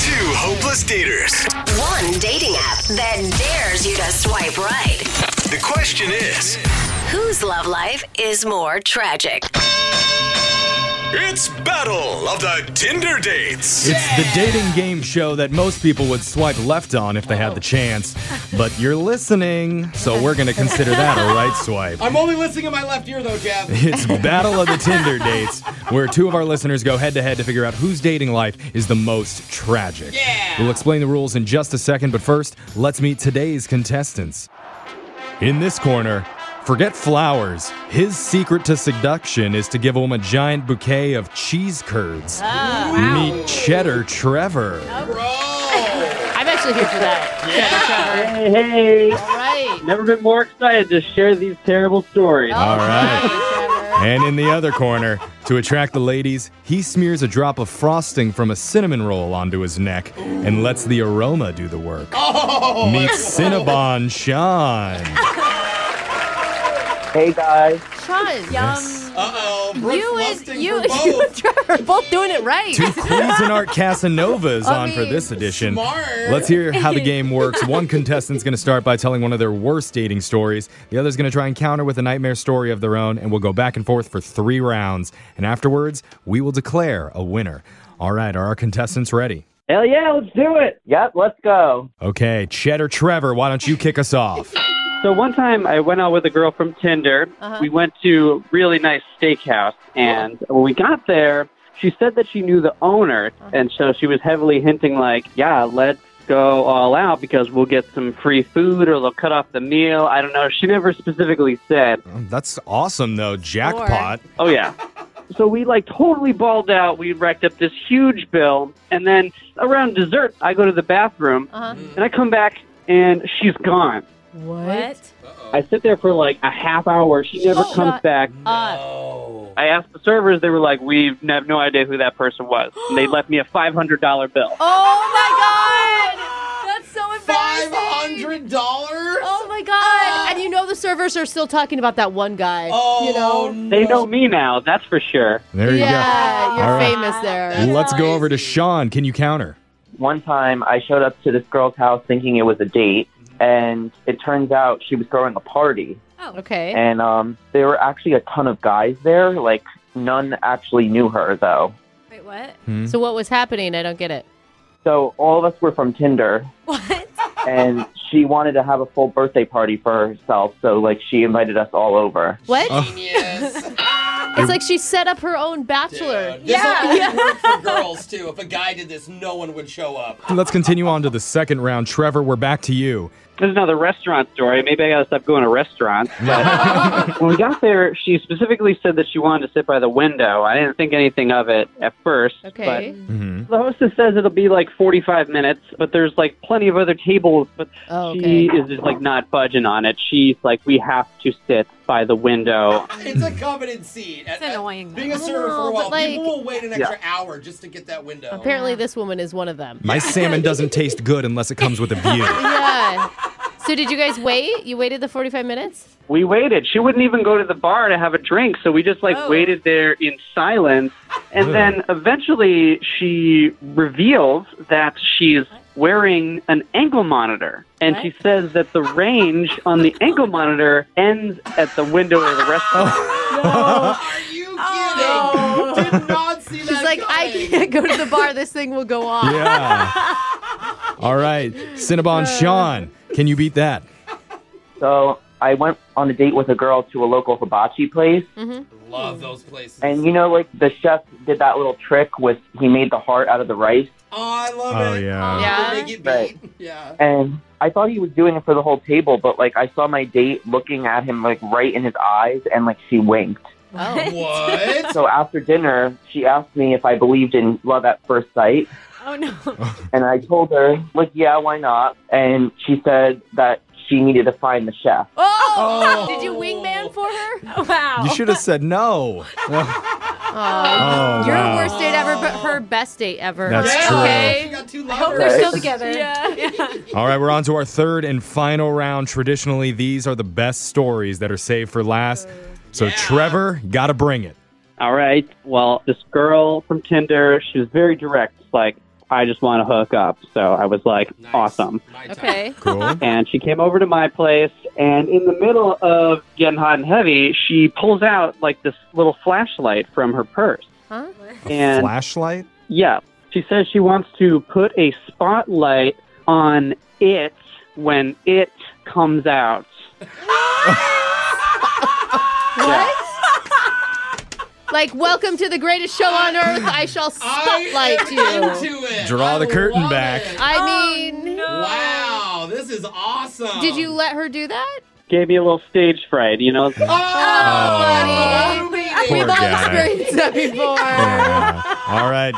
Hopeless daters. One dating app that dares you to swipe right. The question is, Whose love life is more tragic? it's battle of the Tinder dates. It's the dating game show that most people would swipe left on if they had the chance. But you're listening, so we're going to consider that a right swipe. I'm only listening in my left ear though, Jeff. It's Battle of the Tinder Dates, where two of our listeners go head to head to figure out whose dating life is the most tragic. Yeah. We'll explain the rules in just a second, but first, let's meet today's contestants. In this corner, forget flowers. His secret to seduction is to give a woman a giant bouquet of cheese curds. Meet Cheddar Trevor. Bro. I'm actually here for that. Hey, hey. All right. Never been more excited to share these terrible stories. All right. Trevor. And in the other corner, to attract the ladies, he smears a drop of frosting from a cinnamon roll onto his neck and lets the aroma do the work. Oh. Meet Cinnabon Sean. Hey guys. Sean, Yes. Uh oh. you and you, you and both. Trevor are both doing it right. Two queens and art Casanovas I on for mean, this edition. smart. Let's hear how the game works. One contestant's going to start by telling one of their worst dating stories. The other's going to try and counter with a nightmare story of their own, and we'll go back and forth for three rounds. And afterwards, we will declare a winner. All right, are our contestants ready? Hell yeah, let's do it. Yep, let's go. Okay, Cheddar Trevor, why don't you kick us off? So one time I went out with a girl from Tinder. We went to a really nice steakhouse and when we got there, she said that she knew the owner and so she was heavily hinting like, "Yeah, let's go all out because we'll get some free food or they'll cut off the meal." I don't know. She never specifically said. That's awesome, though. Jackpot. Oh yeah. So we like totally balled out. We racked up this huge bill, and then around dessert, I go to the bathroom, Uh-huh. and I come back, and she's gone. What? I sit there for like a half hour. She never Oh, comes God. back. Uh, Oh. I asked the servers. They were like, "We have no idea who that person was." And they left me a five hundred dollar bill. oh my God. That's so Five embarrassing. hundred dollars. Oh my God. And you know the servers are still talking about that one guy. Oh. you know? They know me now. That's for sure. There you yeah, All you're right. famous go. there. Let's go over to Sean. Can you counter? one time I showed up to this girl's house thinking it was a date, and it turns out she was throwing a party. Okay. And um, there were actually a ton of guys there. Like, none actually knew her, though. Wait, what? Mm. So what was happening? I don't get it. So all of us were from Tinder, What? and she wanted to have a full birthday party for herself. So, like, she invited us all over. What? Genius. It's like she set up her own bachelor. Dude, This only worked for girls too. If a guy did this, no one would show up. Let's continue on to the second round. Trevor, we're back to you. This is another restaurant story. Maybe I gotta stop going to restaurants. But when we got there, she specifically said that she wanted to sit by the window. I didn't think anything of it at first. But Okay. Mhm. The hostess says it'll be like 45 minutes, but there's like plenty of other tables, but Oh, she okay. is just like not budging on it. She's like, we have to sit by the window. It's a coveted seat. It's annoying, Being though. a server for a I know, while, but, people like- will wait an extra hour just to get that window. Apparently, this woman is one of them. My salmon doesn't taste good unless it comes with a view. Yeah. So did you guys wait? You waited the 45 minutes? We waited. She wouldn't even go to the bar to have a drink, so we just like Oh. waited there in silence. And Ugh. then eventually she reveals that she's wearing an ankle monitor. And she says that the range on the ankle monitor ends at the window of the restaurant. Are you kidding? Oh. Did not see that. She's like, I coming. can't go to the bar. This thing will go on. Yeah. All right, Cinnabon Sean, can you beat that? So, I went on a date with a girl to a local hibachi place. Love those places. And, you know, like, the chef did that little trick with he made the heart out of the rice. oh, I love Oh, it. yeah. Yeah. They get Right. beat. Yeah. and I thought he was doing it for the whole table, but like I saw my date looking at him like right in his eyes, and like she winked. Oh. What? So after dinner, she asked me if I believed in love at first sight, Oh no. and I told her like yeah, why not? And she said that she needed to find the chef. Oh! Oh. Did you wingman for her? Wow. You should have said no. Oh. Oh, Your wow. worst date ever, but her best date ever. That's yeah. true. She Okay. got two I hope lovers. they're still Right. together. Yeah. All right, we're on to our third and final round. Traditionally, these are the best stories that are saved for last. So, Yeah. Trevor, gotta bring it. All right. Well, this girl from Tinder, she was very direct. Like, I just want to hook up. So I was like, Nice. awesome. My type. Okay. Cool. And she came over to my place, and in the middle of getting hot and heavy, she pulls out like this little flashlight from her purse. Huh? And Flashlight? yeah, she says she wants to put a spotlight on it when it comes out. Like, welcome to the greatest show on earth. I shall I spotlight am you. into it. Draw I the curtain love back. it. I Oh, mean, no. Wow, this is awesome. did you let her do that? Gave me a little stage fright, you know? Oh, Uh, buddy. Poor We've all guy. experienced that before. Yeah. All right.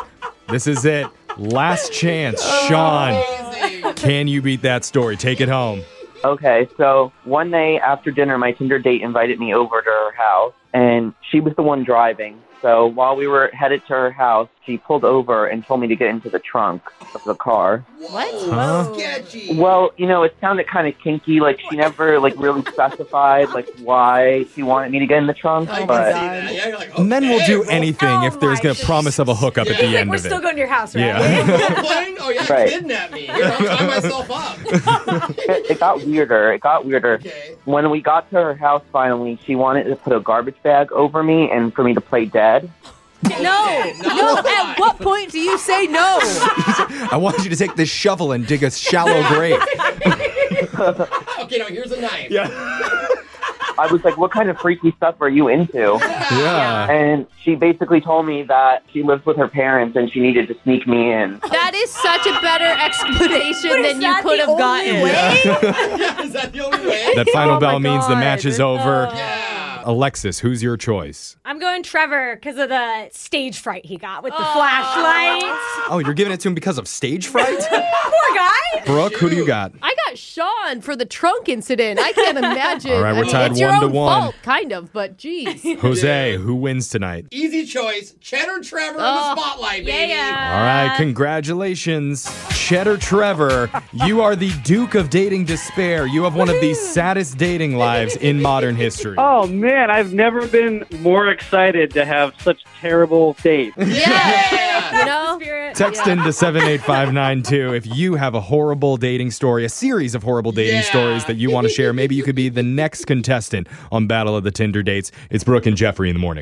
This is it. Last chance. Oh. Sean, Amazing. can you beat that story? Take it home. Okay, so one night after dinner, my Tinder date invited me over to her house, and she was the one driving. So while we were headed to her house, she pulled over and told me to get into the trunk of the car. Whoa, Huh? Sketchy. Well, you know, it sounded kind of kinky. Like she never like really specified like why she wanted me to get in the trunk, I can see but that. Yeah, you're like, Men will okay, do role anything if there's a promise of a hookup at Yeah. the He's Like, end Oh we're of still it. going to your house, right? Yeah. role playing? Oh, yeah, Right. kidnap me. Here, I'll tie myself up. it, it got weirder. It got weirder. Okay. When we got to her house finally, she wanted to put a garbage bag over me and for me to play dead. No. No. No. At what point do you say no? I want you to take this shovel and dig a shallow grave. Okay, now here's a knife. Yeah. I was like, "What kind of freaky stuff are you into?" Yeah. And she basically told me that she lives with her parents and she needed to sneak me in. That is such a better explanation But is than you that could the have gotten. only way? Is that the only way? That final Oh my bell means the God. Oh. match is over. yeah. Alexis, who's your choice? I'm going Trevor because of the stage fright he got with the flashlight. Oh, you're giving it to him because of stage fright? Poor guy. Brooke, who do you got? I got Sean for the trunk incident. I can't imagine. All right, we're I mean, tied it's your one to own one. fault, kind of, but geez. Jose, who wins tonight? Easy choice. Cheddar Trevor in the Oh, spotlight, Yeah. baby. yeah. All right, congratulations, Cheddar Trevor. You are the Duke of Dating Despair. You have one of the saddest dating lives in modern history. Oh man, I've never been more excited to have such terrible dates. Yeah. you know? Spirit. Text into 78592 if you have a horrible dating story, a series of horrible dating Yeah. stories that you want to share. Maybe you could be the next contestant on Battle of the Tinder Dates. It's Brooke and Jeffrey in the morning.